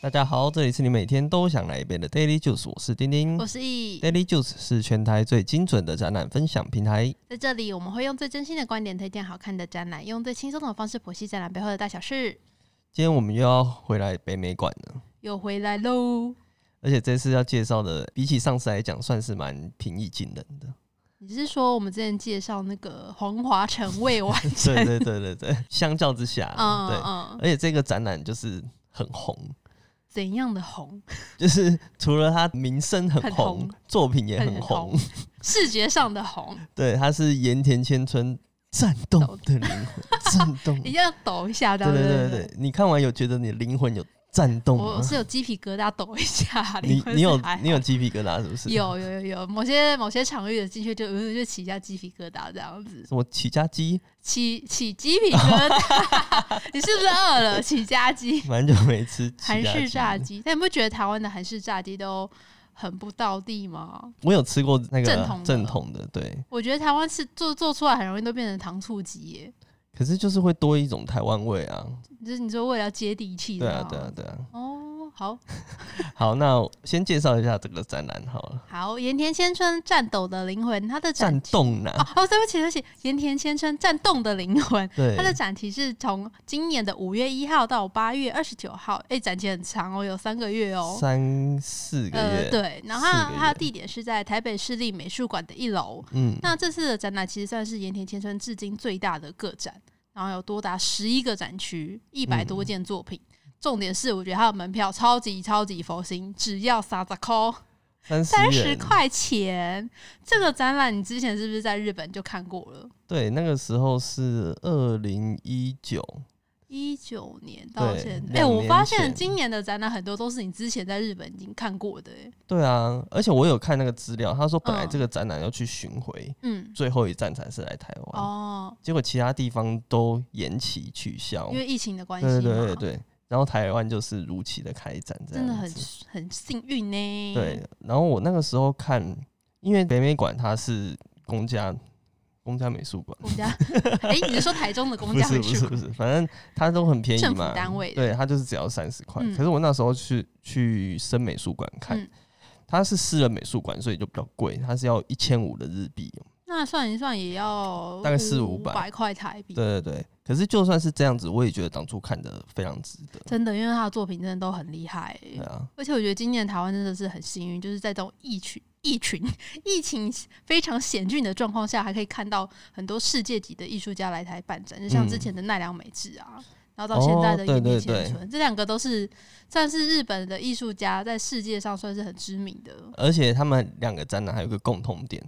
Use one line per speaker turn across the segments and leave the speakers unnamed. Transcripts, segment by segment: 大家好，这里是你每天都想来一杯的 Daily Juice，我是丁丁
我。是易。
Daily Juice 是全台最精准的展览分享平台。
在这里，我们会用最真心的观点推荐好看的展览，用最轻松的方式剖析展览背后的大小事。
今天我们又要回来北美馆了，
又回来喽！
而且这次要介绍的，比起上次来讲，算是蛮平易近人的。
你是说我们之前介绍那个黄华城未完成？
对对对对对，相较之下，
嗯
对，
嗯，嗯
而 且这个展览就是很红，
怎样的红？
就是除了它名声很
很
红，
红
作品也
很
很
很
红，
红视觉上的红，
对，它是盐田千春战动
抖
的灵魂，战动，
一定要抖一下，
对
不
对对对，你看完有觉得你的灵魂有颤动
我
吗
我？是有鸡皮疙瘩抖一 下，
你
灵魂
你有
是还好
你有鸡皮疙瘩是不是？
有有有有某些某些场域的进去就嗯就起一下鸡皮疙瘩这样子，
什么起家鸡？
起起鸡皮疙瘩， 你是不是饿了？起家鸡。
蛮久没吃起
韩式炸
鸡，
鸡，但你不觉得台湾的韩式炸鸡都很不道地吗？
我有吃过那个
正统的
正统的，对。
我觉得台湾是做做出来很容易都变成糖醋鸡耶，
可是就是会多一种台湾味啊，
就是你说为了要接地气，
对啊，
吗
对啊，对啊。
哦，好
好，那我先介绍一下这个展览好 了，
好，盐田千春战斗的灵魂，它的展
战啊动呢、
哦哦，对不起对不起，盐田千春战斗的灵魂，
对
它，的展期是从今年的五月一号到八月二十九号，哎、展期很长哦，有三个月哦，
三四个
呃，
月，
对，然后
四
它
个
它
月
的地点是在台北市立美术馆的一楼，
嗯，
那这次的展览其实算是盐田千春至今最大的个展，然后有多达十一个展区，一百多
嗯
件作品。重点是，我觉得它的门票超级超级佛心，只要三十块，
三十
三十
元，
块钱。这个展览你之前是不是在日本就看过了？
对，那个时候是二零一九，
一九年到
对
现在，哎、
两
我
年
发
前
现今年的展览很多都是你之前在日本已经看过的、哎
对啊，而且我有看那个资料，他说本来
嗯
这个展览要去巡回，
嗯，
最后一站才是来台湾，
哦，
结果其他地方都延期取消
因，为疫情的关系嘛，
哦对对对对，然后台湾就是如期的开展，这样
真的很
子
很幸运呢、
对，。然后我那个时候看，因为北美馆它是公家公家美术馆，
公家，哎、你是说台中的公
不
家
是
美
不
术
是
馆？
不是，反正它都很便宜
政府
嘛，
单位的
对，它就是只要三十块。
嗯
可是我那时候去去深美术馆看，
嗯
它是私人美术馆，所以就比较贵，它是要一千五的日币哦。
那算一算也要
大概四
五
500
百块台币。
对对对，可是就算是这样子，我也觉得当初看的非常值得。
真的，因为他的作品真的都很厉害、
对啊，
而且我觉得今年台湾真的是很幸运，就是在这种疫群、 疫群、疫情非常险峻的状况下，还可以看到很多世界级的艺术家来台办展，就像之前的奈良美智啊，然后到现在的
嗯哦对
岩田
对对
千春，这两个都是算是日本的艺术家在世界上算是很知名的。
而且他们两个展览还有一个共同点，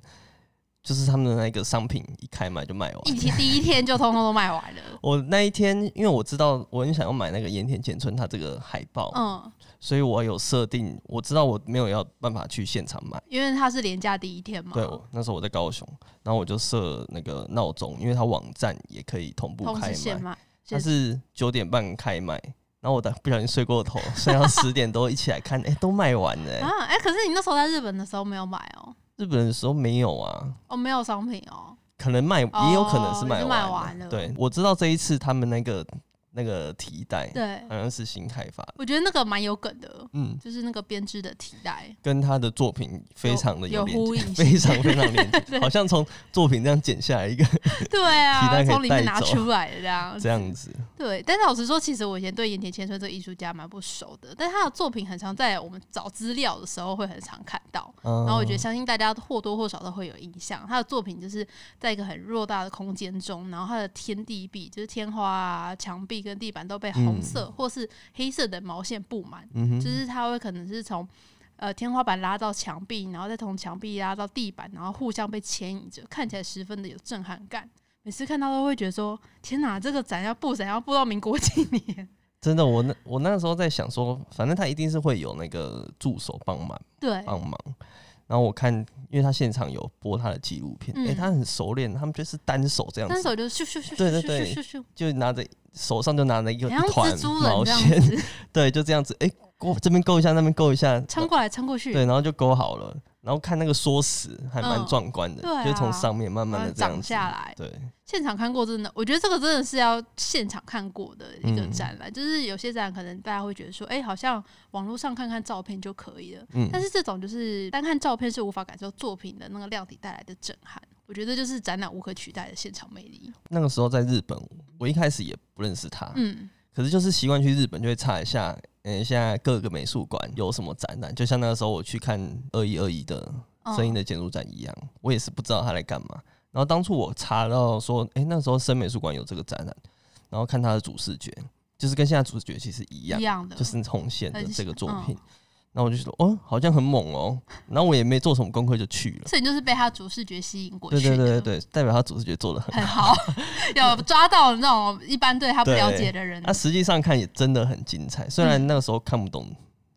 就是他们的那个商品一开卖就卖完
一。天第一天就通通都卖完 了，
我那一天，因为我知道我很想要买那个盐田千春他这个海报，
嗯，
所以我有设定，我知道我没有要办法去现场买。
因为它是廉价第一天嘛，
对，我那时候我在高雄，然后我就设那个闹钟，因为它网站也可以同步
同
开
时现
卖，
卖，
它是九点半开卖，然后我的不小心睡过头，睡 到十点多一起来看，哎、都卖完了、欸。
啊，哎、可是你那时候在日本的时候没有买哦，
日本的时候没有啊，
哦，没有商品哦，
可能卖
哦
也有可能是卖
已
完
经卖
了。
完了
对，我知道这一次他们那个那个提袋
对，
好像是新开发的，
我觉得那个蛮有梗的，
嗯，
就是那个编织的提 带，
跟他的作品非常的
有
连接，
呼应性
非常非常 连接，好像从作品这样剪下来一个
对
提袋可
啊，
以
从里面拿
带走
出来的这样，
这样子。
对。哦但是老实说，其实我以前对盐田千春这个艺术家蛮不熟的，但他的作品很常在我们找资料的时候会很常看到，
然
然后我觉得相信大家或多或少都会有印象，他的作品就是在一个很偌大的空间中，然后他的天地壁就是天花啊、墙壁跟地板都被红色或是黑色的毛线布满，
嗯哼，
就是它会可能是从呃天花板拉到墙壁，然后再从墙壁拉到地板，然后互相被牵引着，看起来十分的有震撼感。每次看到都会觉得说：“天哪，这个展要布展要布到民国几年
真的，我那我那时候在想说，反正他一定是会有那个助手帮忙？”
对，
帮忙。然后我看，因为他现场有播他的纪录片，哎、
嗯
他很熟练，他们就是单手这样
单
子，
手就咻咻咻咻
对对
咻
对
咻咻咻，
就拿着手上就拿着一个
好像
一团
蜘蛛人
毛
这样
线，
子，
对，就这样子，哎、勾这边勾一下，那边勾一下，
穿过来穿过去，
对，然后就勾好了。然后看那个缩死还蛮壮观的，
嗯对啊
就从上面慢慢的这
然后
样
呃长
子
下来
对，
现场看过真的，我觉得这个真的是要现场看过的一个
嗯
展览。就是有些展览可能大家会觉得说，哎、好像网络上看看照片就可以了，
嗯，
但是这种就是单看照片是无法感受作品的那个量体带来的震撼。我觉得就是展览无可取代的现场魅力。
那个时候在日本，我一开始也不认识他，
嗯，
可是就是习惯去日本就会查一下，嗯，现在各个美术馆有什么展览，就像那个时候我去看二一二一的
嗯
声音的建筑展一样，我也是不知道他来干嘛。然后当初我查到说，诶，那时候深美术馆有这个展览，然后看他的主视觉，就是跟现在主视觉其实一样
一，样的，
就是红线的这个作
很像
品。那我就说，哦，好像很猛哦。然后我也没做什么功课就去了。
所以你就是被他主视觉吸引过
对
去
对
的，
对对对，代表他主视觉做的很。
很 好，有抓到那种一般对他不了解的人
那、，实际上看也真的很精
嗯
彩，虽然那个时候看不懂，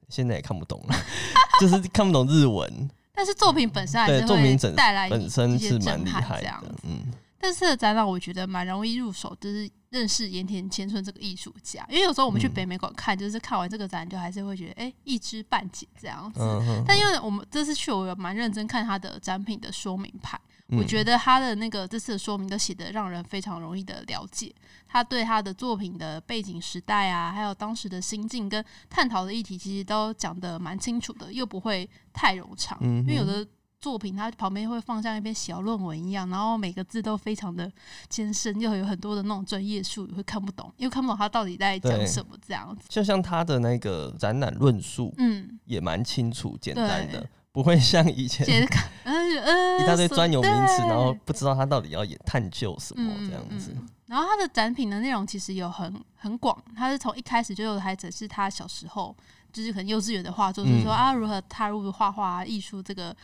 现在也看不懂了， 就是看不懂日文
但是作品本身还
对
是
作
会
品整
带来
本身
哎一些
是蛮
震
厉
撼
害
这样
的。嗯，
但是这个展览我觉得蛮容易入手，就是认识盐田千春这个艺术家。因为有时候我们去
嗯
北美馆看，就是看完这个展，就还是会觉得哎、诶一知半解这样子。
嗯哼，
但因为我们这次去，我有蛮认真看他的展品的说明牌，我觉
得
得他的那个这次的说明都写的让人非常容易的了解。他对他的作品的背景、时代啊，还有当时的心境跟探讨的议题，其实都讲得蛮清楚的，又不会太冗长。
嗯哼
因为有的作品它旁边会放像一篇小论文一样，然后每个字都非常的艰深，又有很多的那种专业术语会看不懂，又看不懂他到底在讲
对
什么这样子。
就像他的那个展览论述
嗯，
也蛮清楚简单的
对，
不会像以前
解看，嗯嗯，
一大堆专有名词，
对
然后不知道他到底要也探究什么
嗯
这样子。
嗯然后它的展品的内容其实有很很广，它是从一开始就有还展示他小时候，就是可能幼稚园的画作，就是说
嗯
啊如何踏入画画艺术这个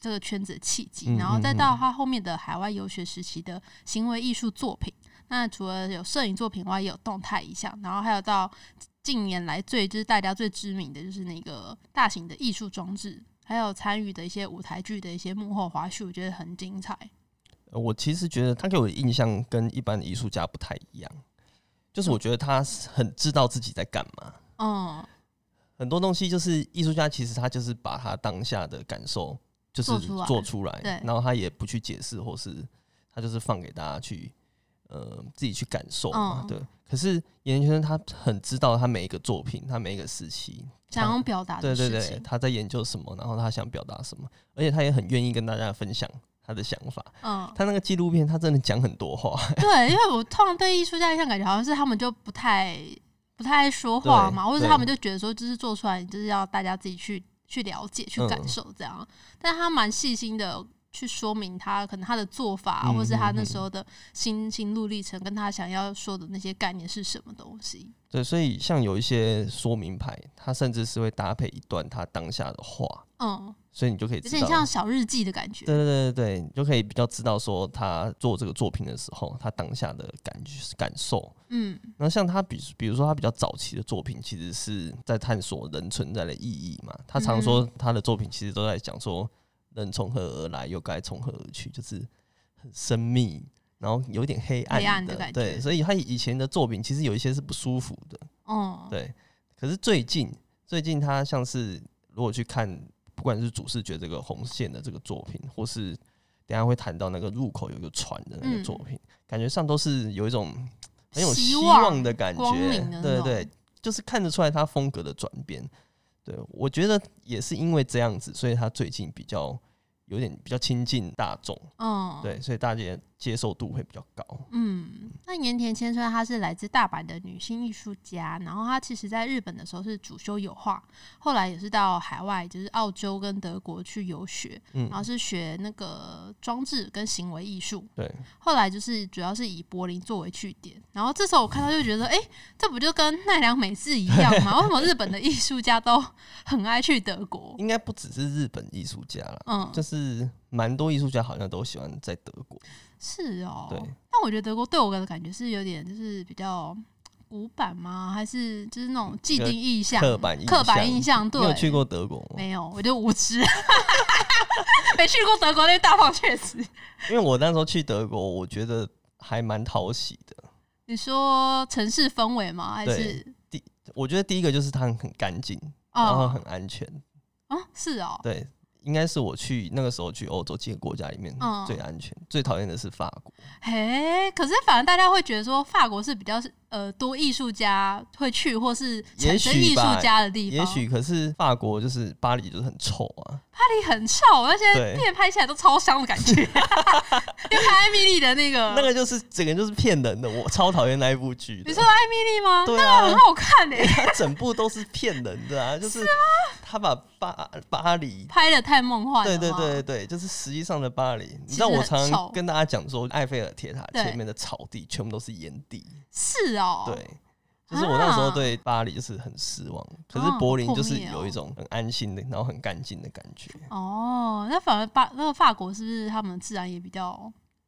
这个圈子的契机，
嗯
然后
嗯
再
嗯
到他后面的海外游学时期的行为艺术作品。那除了有摄影作品外，也有动态意象，然后还有到近年来最就是大家最知名的就是那个大型的艺术装置，还有参与的一些舞台剧的一些幕后花絮，我觉得很精彩。
呃我其实觉得他给我的印象跟一般的艺术家不太一样，就是
哦
我觉得他是很知道自己在干嘛。
嗯，
很多东西就是艺术家，其实他就是把他当下的感受就是
做出来
做出来，
对
然后他也不去解释，或是他就是放给大家去呃自己去感受嘛，
嗯
对。可是岩田先生他很知道他每一个作品，他每一个时期，
想要表达
对
的
对
事情。
对，他在研究什么，然后他想表达什么，而且他也很愿意跟大家分享他的想法。
嗯，
他那个纪录片，他真的讲很多话，
对，因为我通常对艺术家印象感觉好像是他们就不太不太爱说话嘛，
对
或者是
对
他们就觉得说，就是做出来就是要大家自己去去了解、去感
嗯
受这样。但他蛮细心的去说明他可能他的做法，
嗯
或是他那时候的心心路历程，跟他想要说的那些概念是什么东西。
对，所以像有一些说明牌，他甚至是会搭配一段他当下的话，
嗯，
所以你就可以
有
知
点
道。
像小日记的感觉。
对对对对，你就可以比较知道说他做这个作品的时候，他当下的感觉感受。
嗯
那像他比比如说他比较早期的作品，其实是在探索人存在的意义嘛。他常
嗯
说他的作品其实都在讲说人从何而来，又该从何而去，就是很生密，然后有点黑暗
黑暗的感觉
对，所以他以前的作品其实有一些是不舒服的。
嗯，
对，可是最近最近他像是如果去看，不管是主视觉这个红线的这个作品，或是等一下会谈到那个入口有一个船的那个
嗯
作品，感觉上都是有一种很有
希
希
望
望的感觉
光明的，那
对
种
对，就是看得出来他风格的转变。对，我觉得也是因为这样子，所以他最近比较有点比较亲近大众，
嗯，。
对，所以大家接受度会比较高。
嗯，那盐田千春她是来自大阪的女性艺术家，然后她其实在日本的时候是主修油画，后来也是到海外，就是澳洲跟德国去游学，
嗯
然后是学那个装置跟行为艺术，
对，
后来就是主要是以柏林作为据点，然后这时候我看到就觉得，哎、这不就跟奈良美智一样吗？为什么日本的艺术家都很爱去德国？
应该不只是日本艺术家啦，
嗯，
就是蛮多艺术家好像都喜欢在德国，
是哦，
对
但我觉得德国对我的感觉是有点就是比较古板吗？还是就是那种既定意象、
嗯刻板印
刻板印象？对，
你有去过德国吗？
没有？我就无知， 没去过德国那大放厥词。
因为我那时候去德国，我觉得还蛮讨喜的。
你说城市氛围吗？还是
我觉得第一个就是它很干净，然后
哦
很安全，
哦是哦，
对。应该是我去那个时候去欧洲几个国家里面
嗯
最安全，最讨厌的是法国。
嘿，可是反而大家会觉得说，法国是比较是呃多艺术家会去，或是产生
也许
艺术
吧
家的地方。
也许可是法国就是巴黎就是很臭啊，
巴黎很臭，那些
对
店拍起来都超香的 感觉。 就拍艾米丽的那个，
那个就是整个就是骗人的，我超讨厌那一部剧的。
嗯你说艾米丽吗？
对
那个 很
啊
好看欸诶、
他整部都是骗人的啊，就是他把巴巴黎。
拍的太梦幻了。
对对对，对，就是实际上的巴黎。你知道
其实
我
很
常
臭
常跟大家讲说，埃菲尔铁塔
对
前面的草地全部都是岩地。
是哦，
对，就是我那时候
啊
对巴黎就是很失望，可是
哦
柏林
好
就是
破灭哦
有一种很安心的，然后很干净的感觉。
哦，那反而巴那个法国是不是他们自然也比较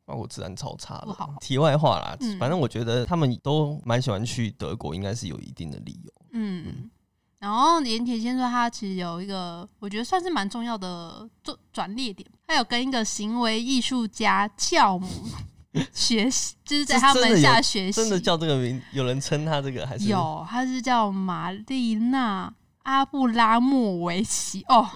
包括治安超差
不好
的。题外话啦，
嗯
反正我觉得他们都蛮喜欢去德国，应该是有一定的理由。
嗯？然后连铁先说他其实有一个我觉得算是蛮重要的转转捩点，他有跟一个行为艺术家 教母学习，就是在
这
他
真的
门
有
下学习。
真的叫这个名，有人称他这个还是
有，啊他是叫玛丽娜·阿布拉莫维奇哦，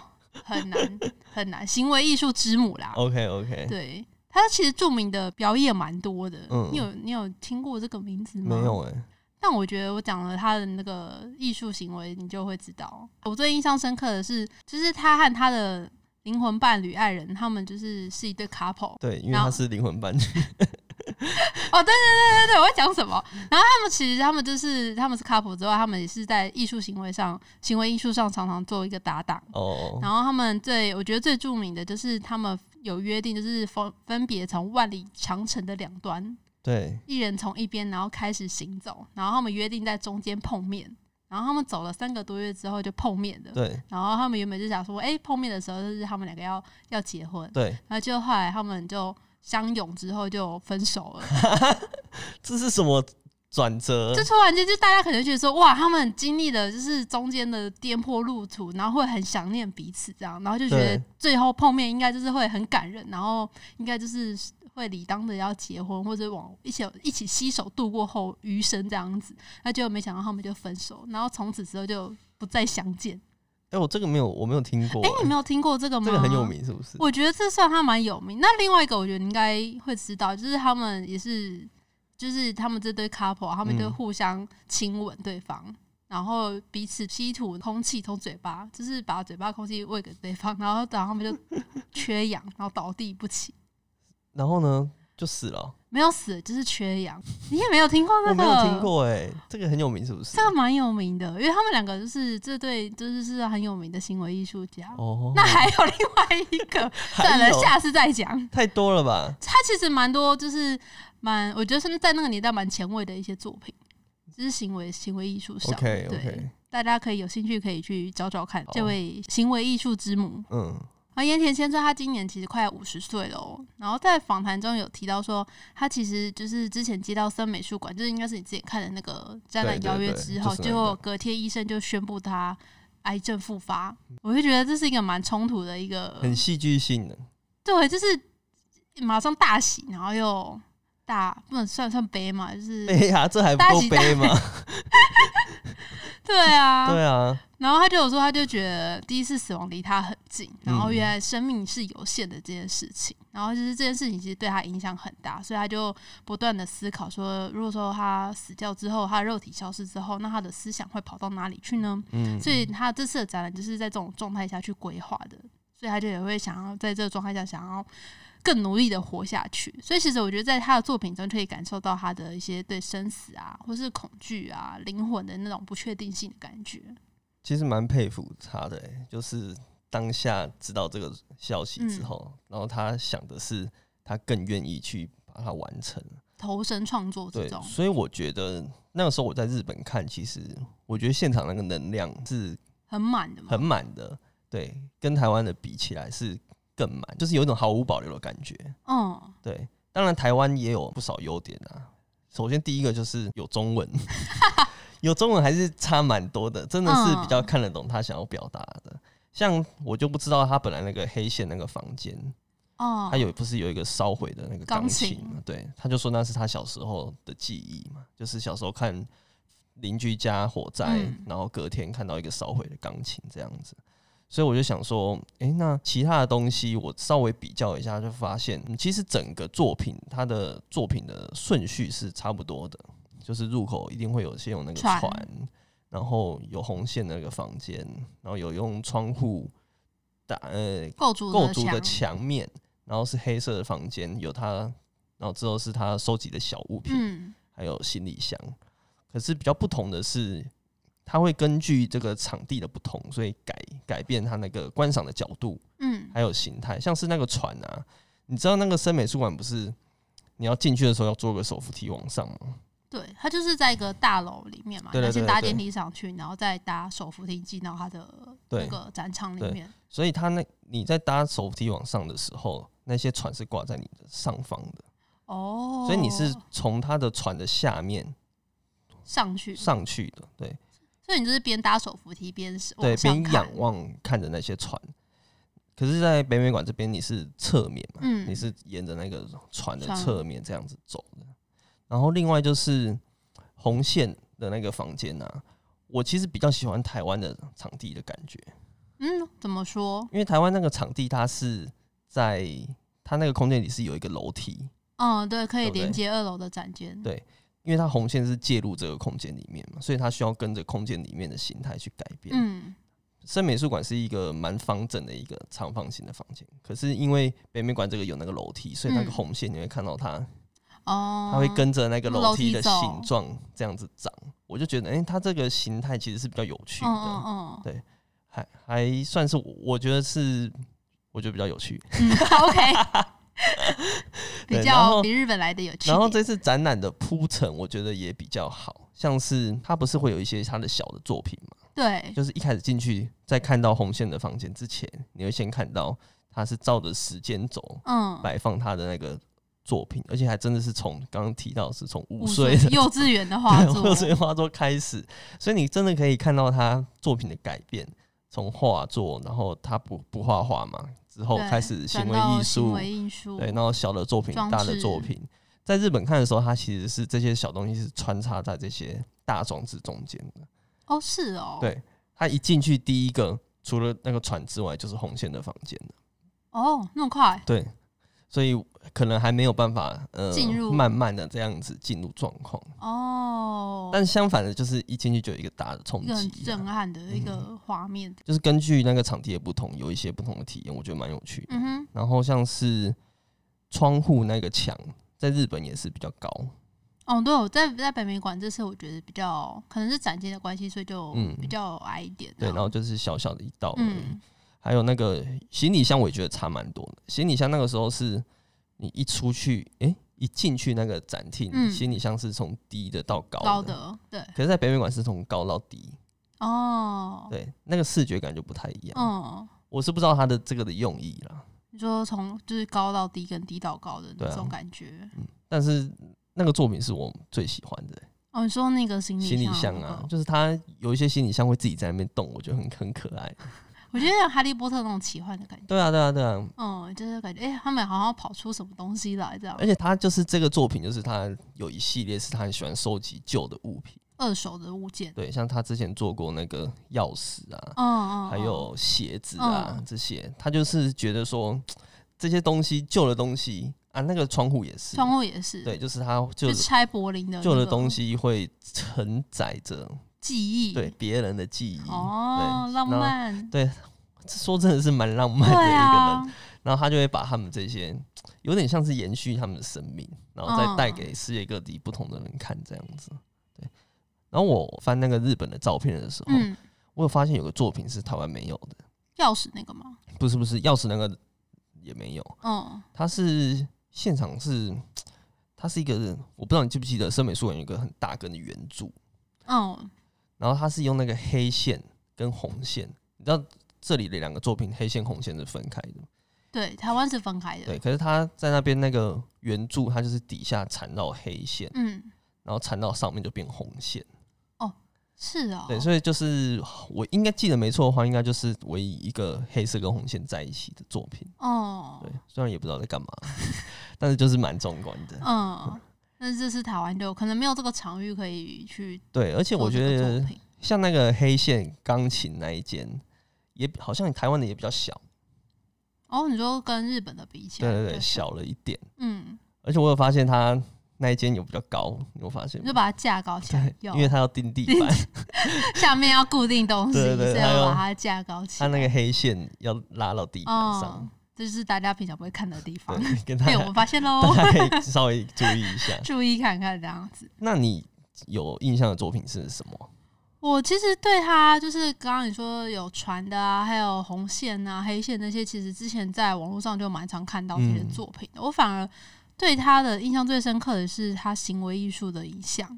很难很难，行为艺术之母啦。
OK OK，
对，他其实著名的表演蛮多的，
嗯
你有你有听过这个名字吗？
没有。哎、
但我觉得我讲了他的那个艺术行为，你就会知道。我最印象深刻的是，就是他和他的灵魂伴侣爱人，他们就是是一对 couple。
对，因为
然后
他是灵魂伴侣，
哦，对对对对对，我在讲什么？
嗯
然后他们其实他们就是他们是 couple 之外，他们也是在艺术行为上、行为艺术上常常做一个搭档。
哦，
然后他们最我觉得最著名的就是他们有约定，就是分分别从万里长城的两端，
对，
一人从一边，然后开始行走，然后他们约定在中间碰面。然后他们走了三个多月之后就碰面了。
对，
然后他们原本就想说，哎、碰面的时候就是他们两个要要结婚，
对，
然后就后来他们就相拥之后就分手了。
这是什么转折
就？突然间，就大家可能觉得说，哇，他们经历了就是中间的颠簸路途，然后会很想念彼此，这样，然后就觉得
对
最后碰面应该就是会很感人，然后应该就是会理当的要结婚或者往一起一起携手度过后余生这样子。那结果没想到他们就分手，然后从此之后就不再相见。
哎、我这个没有，我没有听过、
哎、
欸
你没有听过这个吗？
这个很有。名是不是？
我觉得这算他蛮有名。那另外一个，我觉得你应该会知道，就是他们也是，就是他们这对 couple，他们就
嗯
互相亲吻对方，然后彼此吸吐空气，从嘴巴，就是把嘴巴空气喂给对方，然后然后他们就缺氧，然后倒地不起，
然后呢，就死了哦、
没有死，就是缺氧。你也没有听过那
我没
个？
有听过哎、这个很有名是不是
这？个蛮有名的，因为他们两个就是这对，就是是很有名的行为艺术家。
哦，
那还有另外一 个，算了，
有
下次再讲。
太多了吧？
他其实蛮多，就是蛮，我觉得是在那个年代蛮前卫的一些作品，就是行为行为艺术上。
OK
对
OK，，
大家可以有兴趣可以去找找看
好
这位行为艺术之母。
嗯，
而岩田先生他今年其实快五十岁了哦，然后在访谈中有提到说，他其实就是之前接到森美术馆，就是应该是你之前看的那个展览
对对
邀约
对
之后，
就是那
结果
个
隔天医生就宣布他癌症复发，我就觉得这是一个蛮冲突的一个
很戏剧性的，
对，就是马上大喜，然后又大不能算算悲嘛，就是、
哎呀，这还不
嗯大
够
喜大
悲吗？
对啊。
对啊，
然后他就有说，他就觉得第一次死亡离他很近，然
嗯
后原来生命是有限的这件事情，然后就是这件事情其实对他影响很大，所以他就不断的思考说，如果说他死掉之后，他肉体消失之后，那他的思想会跑到哪里去呢？
嗯，
所以他这次的展览就是在这种状态下去规划的，所以他就也会想要在这个状态下想要更努力的活下去。所以其实我觉得在他的作品中可以感受到他的一些对生死啊，或是恐惧啊、灵魂的那种不确定性的感觉。
其实蛮佩服他的欸、就是当下知道这个消息
嗯
之后，然后他想的是他更愿意去把它完成。
投身创作之
对
中，，
所以我觉得那个时候我在日本看，其实我觉得现场那个能量是
很满的嘛，
很满的，对，跟台湾的比起来是更满，就是有一种毫无保留的感觉。
嗯，
对，当然台湾也有不少优点啊。首先第一个就是有中文， 有中文还是差蛮多的，真的是比较看得懂他想要表达的。像我就不知道他本来那个黑线那个房间，
哦
他，有不是有一个烧毁的那个
钢
钢琴
琴
嘛？对，他就说那是他小时候的记忆嘛，就是小时候看邻居家火灾，
嗯
然后隔天看到一个烧毁的钢琴这样子。所以我就想说，诶、那其他的东西我稍微比较一下，就发现、嗯其实整个作品它的作品的顺序是差不多的，就是入口一定会有先有那个
船
船，然后有红线的那个房间，然后有用窗户打呃
构筑
构筑的
的墙，
墙面，然后是黑色的房间，有他，然后之后是他收集的小物品，
嗯，
还有行李箱。可是比较不同的是，它会根据这个场地的不同，所以改改变它那个观赏的角度，
嗯，
还有形态。像是那个船啊，你知道那个森美术馆不是你要进去的时候要坐个手扶梯往上吗？
对，它就是在一个大楼里面嘛，
对对
要先
对
搭
对
电梯上去，然后再搭手扶梯进到它的那
对
个展场里
对
面。
所以它那你在搭手扶梯往上的时候，那些船是挂在你的上方的，
哦，
所以你是从它的船的下面
上去，
上去的，对。
所以你就是边搭手扶梯边是
对，
往上
边
看
仰，望看着那些船。可是，在北美馆这边，你是侧面嘛，
嗯
你是沿着那个船的
船
侧面这样子走的。然后，另外就是红线的那个房间啊，我其实比较喜欢台湾的场地的感觉，
嗯，怎么说？
因为台湾那个场地它是在它那个空间里是有一个楼梯，
嗯，对，可
对
以
不对
连接二楼的展间。
对因为它红线是介入这个空间里面嘛，所以它需要跟着空间里面的形态去改变。
嗯，
深美术馆是一个蛮方正的一个长方形的房间，可是因为北美馆这个有那个楼梯，所以那个
嗯
红线你会看到它，
哦，
它会跟着那个
路
楼
楼梯
梯的
走
形状这样子长。我就觉得，哎、它这个形态其实是比较有趣的，
嗯嗯
对还还算是我我觉得 是我觉得比较有趣。
嗯 ，OK，比
对然
较
后
比日本来的有趣一点。
然后这次展览的铺陈，我觉得也比较好，像是它不是会有一些它的小的作品嘛，
对，
就是一开始进去，在看到红线的房间之前，你会先看到它是照着时间走。
嗯，
摆放他的那个作品，而且还真的是从刚刚提到是从五
五
岁
岁
的
幼稚园的 画
对
作，
五岁画作开始，所以你真的可以看到他作品的改变，从画作，然后他不不画画嘛，之后
对
哦开始行
转
为
到
艺
行
术，
为艺术，
对，然后小的作品
装，
大的
置
作品，在日本看的时候，它其实是这些小东西是穿插在这些大装置中间的。
哦，是哦，
对他一进去，第一个除了那个船之外，就是红线的房间。
哦，那么快，
对，所以可能还没有办法呃
进入
慢慢的这样子进入状况。
哦，
但相反的，就是一进去就有一个大的冲
一个很
击啊、
震撼的一个画面，
就是根据那个场地的不同，有一些不同的体验，我觉得蛮有趣的。
嗯哼，
然后像是窗户那个墙，在日本也是比较高，
哦，对，我在在北美馆这次我觉得比较可能是展间的关系，所以就
嗯
比较矮一点啊，
对，然后就是小小的一道而已。
嗯，
还有那个行李箱，我也觉得差蛮多的。行李箱那个时候是你一出去，诶、一进去那个展厅，
嗯
行李箱是从低的到高
高的，对，
可是，在北美馆是从高到低，
哦，
对，那个视觉感就不太一样。
嗯。
我是不知道它的这个的用意啦，
你说从就是高到低跟低到高的
对
那
啊
种感觉，
但是那个作品是我最喜欢的、
哦，你说那个行李
行李
箱
箱
的嗯那
啊
个，
就是它有一些行李箱会自己在那边动，我觉得很很可爱。
我觉得像哈利波特那种奇幻的感觉，
对啊，对啊，对啊，
嗯，就是感觉哎、他们好像跑出什么东西来这样
而，且它就是这个作品，就是它有一系列是他很喜欢收集旧的物品，
二手的物件，
对，像他之前做过那个钥匙啊，
嗯嗯，
还
嗯
有鞋子啊、
嗯
这些，他就是觉得说这些东西旧的东西啊，那个窗户也是，
窗户也是，
对，，就是他就
就是拆柏林的
旧
呃那
的
个
东西会承载着
记忆，
对，别人的记忆。
哦，
对
浪
然后
漫，
说真的是蛮浪漫
对
的一个人。哦
啊，
然后他就会把他们这些，有点像是延续他们的生命，然后再
嗯
带给世界各地不同的人看这样子。对。然后我翻那个日本的照片的时候，
嗯，
我有发现有个作品是台湾没有的，
钥匙那个吗？
不是不是，钥匙那个也没有，
嗯，
它是现场是。它是一个，我不知道你记不记得，深美术馆有一个很大根的圆柱，
嗯，
然后它是用那个黑线跟红线，你知道这里的两个作品黑线红线是分开的，
对，台湾是分开的，
对。可是它在那边那个圆柱，它就是底下缠绕黑线，
嗯，
然后缠到上面就变红线，
是哦，
对。所以就是我应该记得没错的话，应该就是唯一一个黑色跟红线在一起的作品，
哦
对，。虽然也不知道在干嘛， 但是就是蛮壮观的，
嗯，那这是台湾就可能没有这个场域可以去
对。而且
做
我
这
觉
个作
得
品，
像那个黑线钢琴那一间。也好像台湾的也比较小，
哦，你说跟日本的比起
对
来，
对对，小了一点。
嗯，
而且我有发现它那一间有比较高，你有发现
你
吗
就？把它架高起来
对，，
有
因为它要钉地
钉
板，
下面要固定东西，
对对
所以
还
要
有
把它架高起
它
来。
那个黑线要拉到地板
哦
上，，
这就是大家平常不会看的地方，
对，跟大
哦 被我
家
们发现喽，。
大家可以稍微注意一下
注意看看这样子。
那你有印象的作品是什么？
我其实对他就是刚刚你说有船的啊，还有红线啊、黑线那些，其实之前在网络上就蛮常看到这些
嗯
作品的。我反而对他的印象最深刻的是他行为艺术的影像，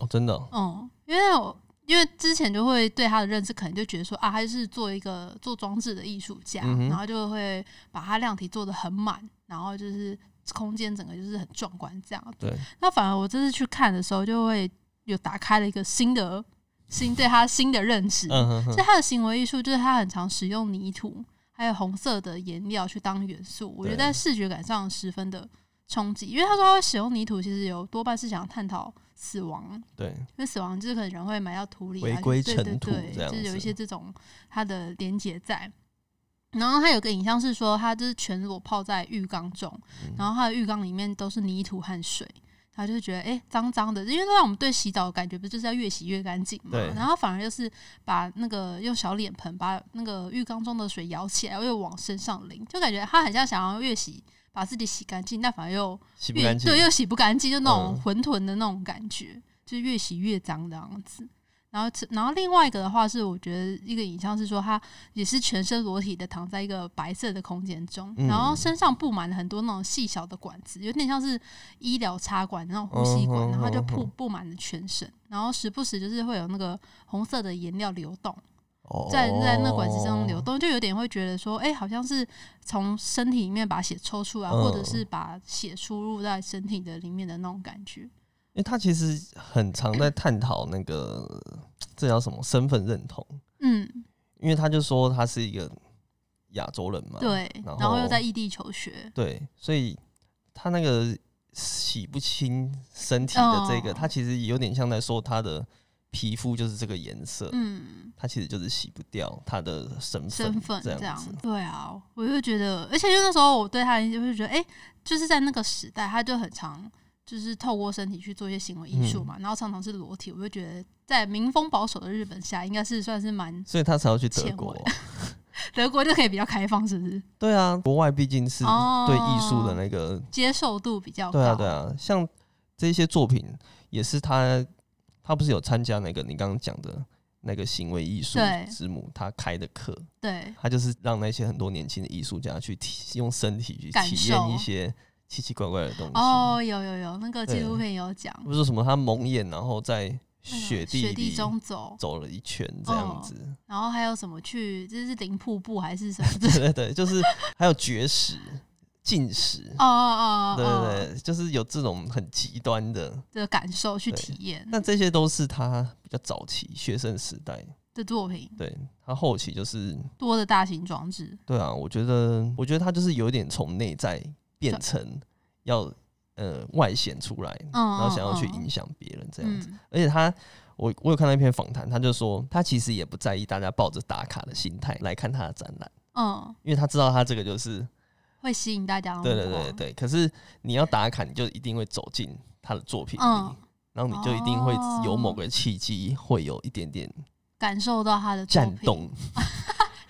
哦，真的哦，
嗯，因为我因为之前就会对他的认知，可能就觉得说啊，他就是做一个做装置的艺术家，
嗯哼
然后就会把他量体做的很满，然后就是空间整个就是很壮观这样
对，
那反而我这次去看的时候，就会有打开了一个新的新对他新的认识。
嗯哼
所以
哼，
他的行为艺术就是他很常使用泥土还有红色的颜料去当元素，我觉得
对
在视觉感上十分的冲击。因为他说他会使用泥土，其实有多半是想探讨死亡，
对，
因为死亡就是可能人会埋到土里、啊，
回归
对对
尘土
对
这样
就是有一
子
些这种它的连结在。然后它有个影像是说，它就是全裸泡在浴缸中，
嗯
然后它的浴缸里面都是泥土和水，他就觉得诶脏脏的，因为让我们对洗澡的感觉不就是要越洗越干净嘛
对？
然后反而就是把那个用小脸盆把那个浴缸中的水舀起来，又往身上淋，就感觉他很像想要越洗把自己洗干净，但反而又
洗不
越
干净，
对，又洗不干净，就那种
嗯
混沌的那种感觉，就是越洗越脏的样子。然后这，然后另外一个的话是，我觉得一个影像是说，他也是全身裸体的躺在一个白色的空间中，
嗯
然后身上布满了很多那种细小的管子，有点像是医疗插管那种呼吸管，
嗯哼
然后就
嗯哼
布布满了全身，然后时不时就是会有那个红色的颜料流动。
哦
在在那管子中流动，就有点会觉得说，哎、好像是从身体里面把血抽出来，
嗯
或者是把血输入在身体的里面的那种感觉。
因为他其实很常在探讨那个 这叫什么身份认同，
嗯，
因为他就说他是一个亚洲人嘛，
对，
然
然后又
后
在异地求学，
对，所以他那个洗不清身体的这个，
哦
他其实有点像在说他的皮肤就是这个颜色，
嗯，
他其实就是洗不掉他的身
身
份
份
这
这样
子，，
对啊，我就觉得，而且因为那时候我对他的印象就是觉得，哎、就是在那个时代，他就很常就是透过身体去做一些行为艺术
嗯
嘛，然后常常是裸体，我就觉得在民风保守的日本下，应该是算是蛮
所以他才要去德
前
国
卫
啊。
德国就可以比较开放，是不是？
对啊，国外毕竟是
哦
对艺术的那个
接受度比较高，
对啊，对啊，像这些作品也是他，他不是有参加那个你刚刚讲的那个行为艺术
对
之母他开的课，
对
他就是让那些很多年轻的艺术家去体用身体去
感
体
受
验一些奇奇怪怪的东西。
哦，有有有，那个纪录
对
片有讲，
不是什么他蒙眼，然后在
那个
雪地
雪
里
地中哦走，
走了一圈这样子，
然后还有什么去，这是零瀑布还是什么？
对 对对，就是还有绝食、禁食。
哦哦哦，
对
哦嗯
对，对，就是有这种很极端的，
的感受去
对
体验
那这些都是他比较早期学生时代
的作品，
对他后期就是
多的大型装置，
对啊，我觉得我觉得他就是有点从内在变成要呃外显出来，
嗯，
然后想要去
嗯
影响别人这样子。
嗯
而且他我我有看到一篇访谈，他就说他其实也不在意大家抱着打卡的心态来看他的展览，
嗯，
因为他知道他这个就是
会吸引大家的目
对
光，
对对对，可是你要打卡，你就一定会走进他的作品里。
嗯
然后你就一定会有某
哦
个契机，会有一点点
感受到他的作
颤
品，
动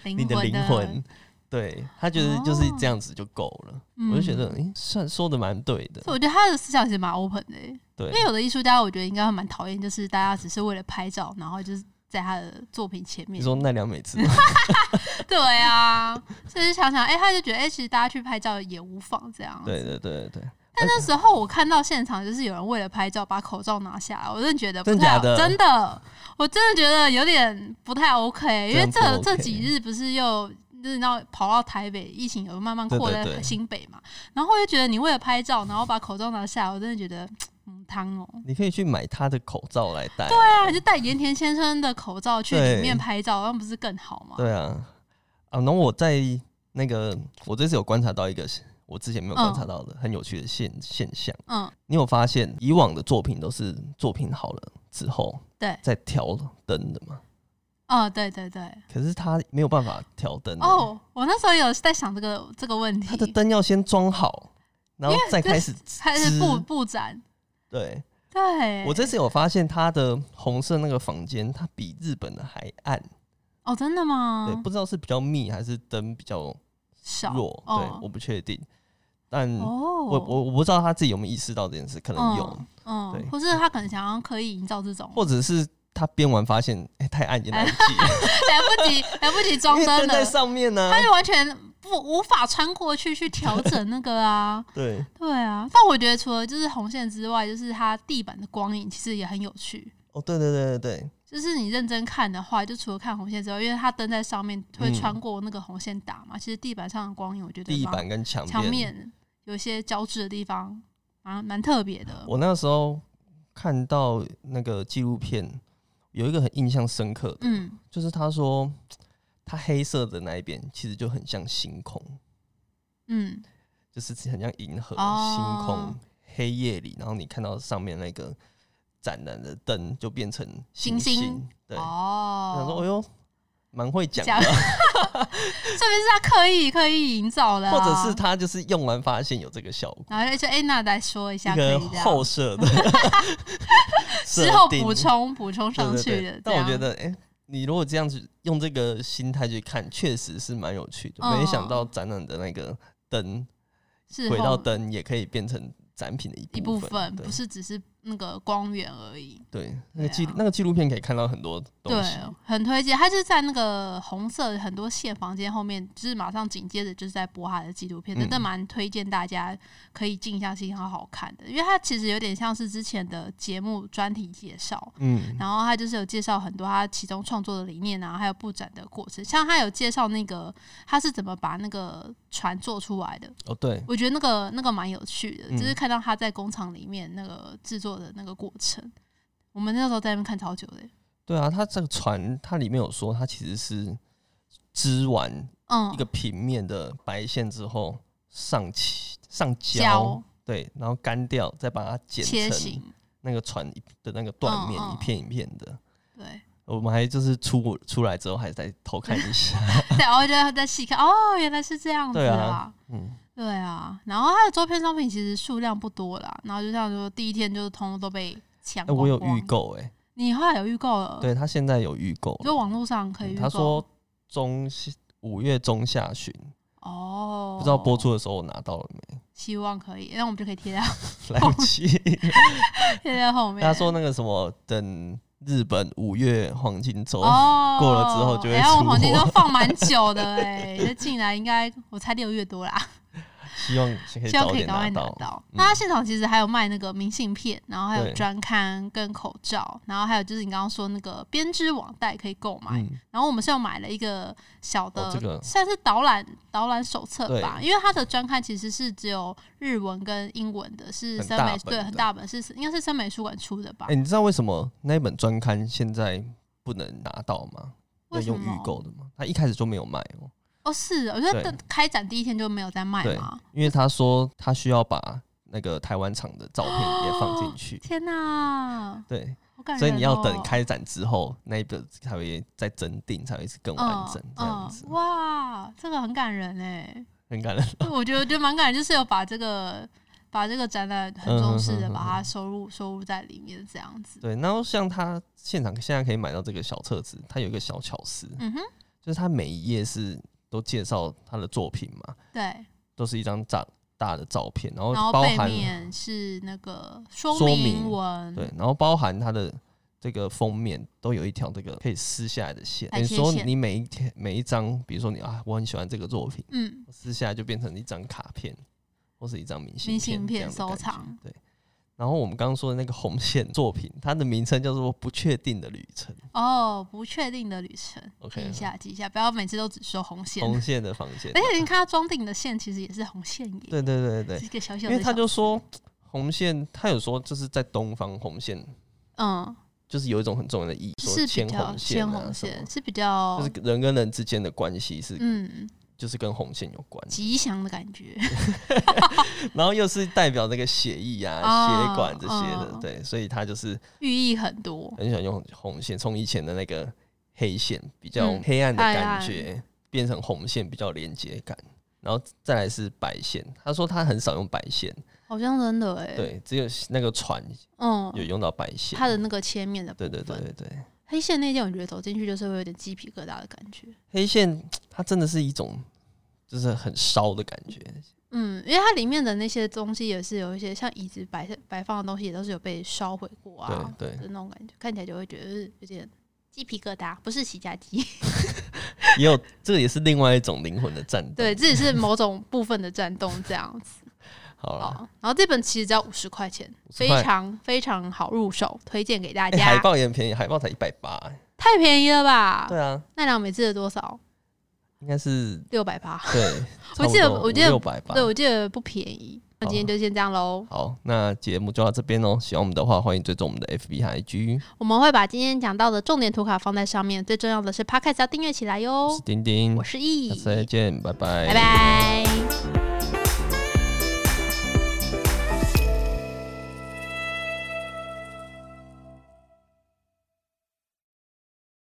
灵
你的灵
的
魂，对他觉得就是这样子就够了。我就觉得，
嗯
诶，算说的蛮对的
所以，我觉得他的思想其实蛮 open 的欸，
对
因为有的艺术家，我觉得应该会蛮讨厌，就是大家只是为了拍照，然后就是在他的作品前
你
面
说奈良美 智吗，
对啊，所以就想想，哎、他就觉得，哎、其实大家去拍照也无妨这样。
对。哎对对对，
但那时候我看到现场，就是有人为了拍照把口罩拿下来，我真的觉得不
真
太好
假的
真的，我真的觉得有点不太 OK，因为
真
这
的不
这
OK
几日不是又。就是你知道跑到台北，疫情有慢慢
对
扩
对
在
对
新北嘛，然后我就觉得你为了拍照，然后把口罩拿下来，我真的觉得嗯汤哦。
你可以去买他的口罩来戴啊。
对啊，你就戴盐田先生的口罩去里
对
面拍照，那不是更好吗？
对啊，啊，然后我在那个，我这次有观察到一个我之前没有观察到的很有趣的现现象。
嗯，
你有发现以往的作品都是作品好了之后，
对
再调灯的吗？
哦，对对对，
可是它没有办法调灯欸，
哦，我那时候有在想这个这个问题，
它的灯要先装好，然后再开始
还是布
织
布展，
对。
对，
我这次有发现它的红色那个房间，它比日本的还暗，
哦，真的吗？
对，不知道是比较密还是灯比较
少
弱，对，
哦
我不确定，但我
哦，
我我不知道他自己有没有意识到这件事，可能有，
嗯，
对
嗯，或是他可能想要刻意营造这种，
或者是他编完发现，哎、太暗也来不 及，
来 不及来不及装
因为
灯
灯
了
在，上面啊呢、
他就完全不无法穿过去去调整那个啊，
对，
对啊。但我觉得除了就是红线之外，就是它地板的光影其实也很有趣。
哦，对对对对对，
就是你认真看的话，就除了看红线之外，因为它灯在上面会
嗯
穿过那个红线打嘛，其实地板上的光影我觉得
地
蛮
板跟墙
墙面有一些交织的地方，蛮蛮特别的。
我那时候看到那个纪录片，有一个很印象深刻的，
嗯，
就是他说。它黑色的那一边其实就很像星空，
嗯，
就是很像银河、
哦
星空、黑夜里，然后你看到上面那个展览的灯就变成
星
星，
星
对，
哦，
想说，哎呦，蛮会讲
讲
的，
说明是他刻意刻意营造的啊、
或者是他就是用完发现有这个效果，
然后就说，哎、那来说一下
一
可
个
以这样，
后设 的
之后
设定
补充补充
对
上
对
去
对
的。
但我觉
这样，
得，哎、你如果这样子用这个心态去看，确实是蛮有趣的。
嗯
没想到展览的那个灯，
是
轨
后
道灯也可以变成展品的一
一部
分，
分，
对
不是只是那个光源而已。
对，那个纪、
对啊
那个纪录片可以看到很多东
对哦
西。，
很推荐。他就是在那个红色很多线房间后面，就是马上紧接着就是在播他的纪录片，
嗯
真的蛮推荐大家可以静下心好好看的，因为它其实有点像是之前的节目专题介绍。
嗯，
然后他就是有介绍很多他其中创作的理念啊，还有布展的过程，像他有介绍那个他是怎么把那个船做出来的，
哦对，
我觉得那个那个蛮有趣的，
嗯
就是看到他在工厂里面那个制作的那个过程。我们那时候在那边看超久的、
对啊，它这个船，它里面有说，它其实是织完
嗯，
一个平面的白线之后上漆上胶，
胶
对，然后干掉，再把它剪
切
成
形，
那个船的那个断面，
嗯嗯
一片一片的。
对，
我们还就是出出来之后，还再偷看一 下。
对，我觉得再细看，哦，原来是这样子
对啊
啊。
嗯，
对啊，然后它的周边商品其实数量不多啦，然后就像说第一天就是通通都被抢
哎、
光
我
光、
有预，购哎、
你后来有预购了，，
对他现在有预购了，
就网络上可以
嗯
预购。
他说中下五月中下旬，
哦，
不知道播，出的时候我拿到了没？
希望可以，那我们就可以贴在
来
哦
不及。
贴在后面。
他说那个什么，等日本五月黄金周。
哦，
过了之后就会
哎呀我
出
黄金
货
都放蛮久的哎、这进来应该我猜六月多啦。
希望可以
希望
早
可以
点
赶快
拿
拿
到。
到。
嗯
那它现场其实还有卖那个明信片，然后还有
对
专刊跟口罩，然后还有就是你刚刚说那个编织网袋可以购买。
嗯，
然后我们是有买了一个小的，
哦这个
算是导览导览手册吧，因为它的专刊其实是只有日文跟英文的，是
很
森
大
美
本
对
的
很大本，是应该是森美术馆出的吧
哎、？你知道为什么那本专刊现在不能拿到吗？要
为什
用
么
预购的吗？他一开始就没有卖哦、
哦，是哦，我觉得
对
开展第一天就没有在卖
对
嘛。
因为他说他需要把那个台湾厂的照片也放进 去。
天哪，
对，
好感人、哦！
所以你要等开展之后，那一个才会再增订，才会是更完整这样子
嗯嗯。哇，这个很感人哎。
很感人，
我觉得就蛮感人，就是有把这个把这个展览很重视
嗯
的把它收入收入在里面这样子。
对，然后像他现场现在可以买到这个小册子，它有一个小巧思，
嗯哼，
就是它每一页是都介绍他的作品嘛，
对。
都是一张大大的照片，然后
然后
包
背
含
面是那个说
说
明
明
文，
对，然后包含它的这个封面都有一条这个可以撕下来的线，
裁
等于
切
说
线
你每一天每一张，比如说你啊，我很喜欢这个作品，
嗯，
撕下来就变成一张卡片或是一张明信
明信
片这
片
样的
收
感觉
藏。
对，然后我们刚刚说的那个红线作品，它的名称叫做《不确定的旅程
哦，不确定的旅程
OK，
记一下记一下，不要每次都只说红》，线。
啊红线的防线
而。且你看它装订的线其实也是红线耶，
对对对对
是
对，
一个小
因
小的小，
为他就说红线，他有说就是在东方红线。
嗯
就是有一种很重要的意义，说
是比
牵
较
红线
牵
啊
红
什么
线是比较
就是人跟人之间的关系是
哦嗯
就是跟红线有关，
吉祥的感觉，
然后又是代表那个血液啊、
哦
血管这些的
哦，
对，所以他就是
寓意很多。
很喜欢用红线。从以前的那个黑线，比较
嗯
黑暗的
暗
感
暗
觉，变成红线比较连接感，然后再来是白线。他说他很少用白线，
好像真的哎、，
对，只有那个船
嗯，
有用到白线
它。的那个切面的部
对
分，
对对对对，
黑线那件我觉得走进去就是会有点鸡皮疙瘩的感觉。
黑线它真的是一种就是很烧的感觉，
嗯，因为它里面的那些东西也是有一些像椅子摆摆放的东西，也都是有被烧毁过啊，
对对
的那种感觉，看起来就会觉得是有点鸡皮疙瘩，不是起家 鸡，
也有这个也是另外一种灵魂的战斗。
对，，这也是某种部分的战动这样子。
好了，
哦，然后这本其实只要五十块钱，
50
非
块
常非常好入手，推荐给大
哎、
家。
海报也很便宜，海报才一百八。
太便宜了吧？
对啊，
奈良美智的多少？
应该是
六百八。，
对
我记得我记得
六百八
对，。我记得不便宜。那今天就先这样喽。
好，那节目就到这边喽。喜欢我们的话，欢迎追踪我们的 FB 和 IG。
我们会把今天讲到的重点图卡放在上面，最重要的是 Podcast 要订阅起来
我
哟
是。丁丁
我，是易
下，次再见，拜拜
拜拜。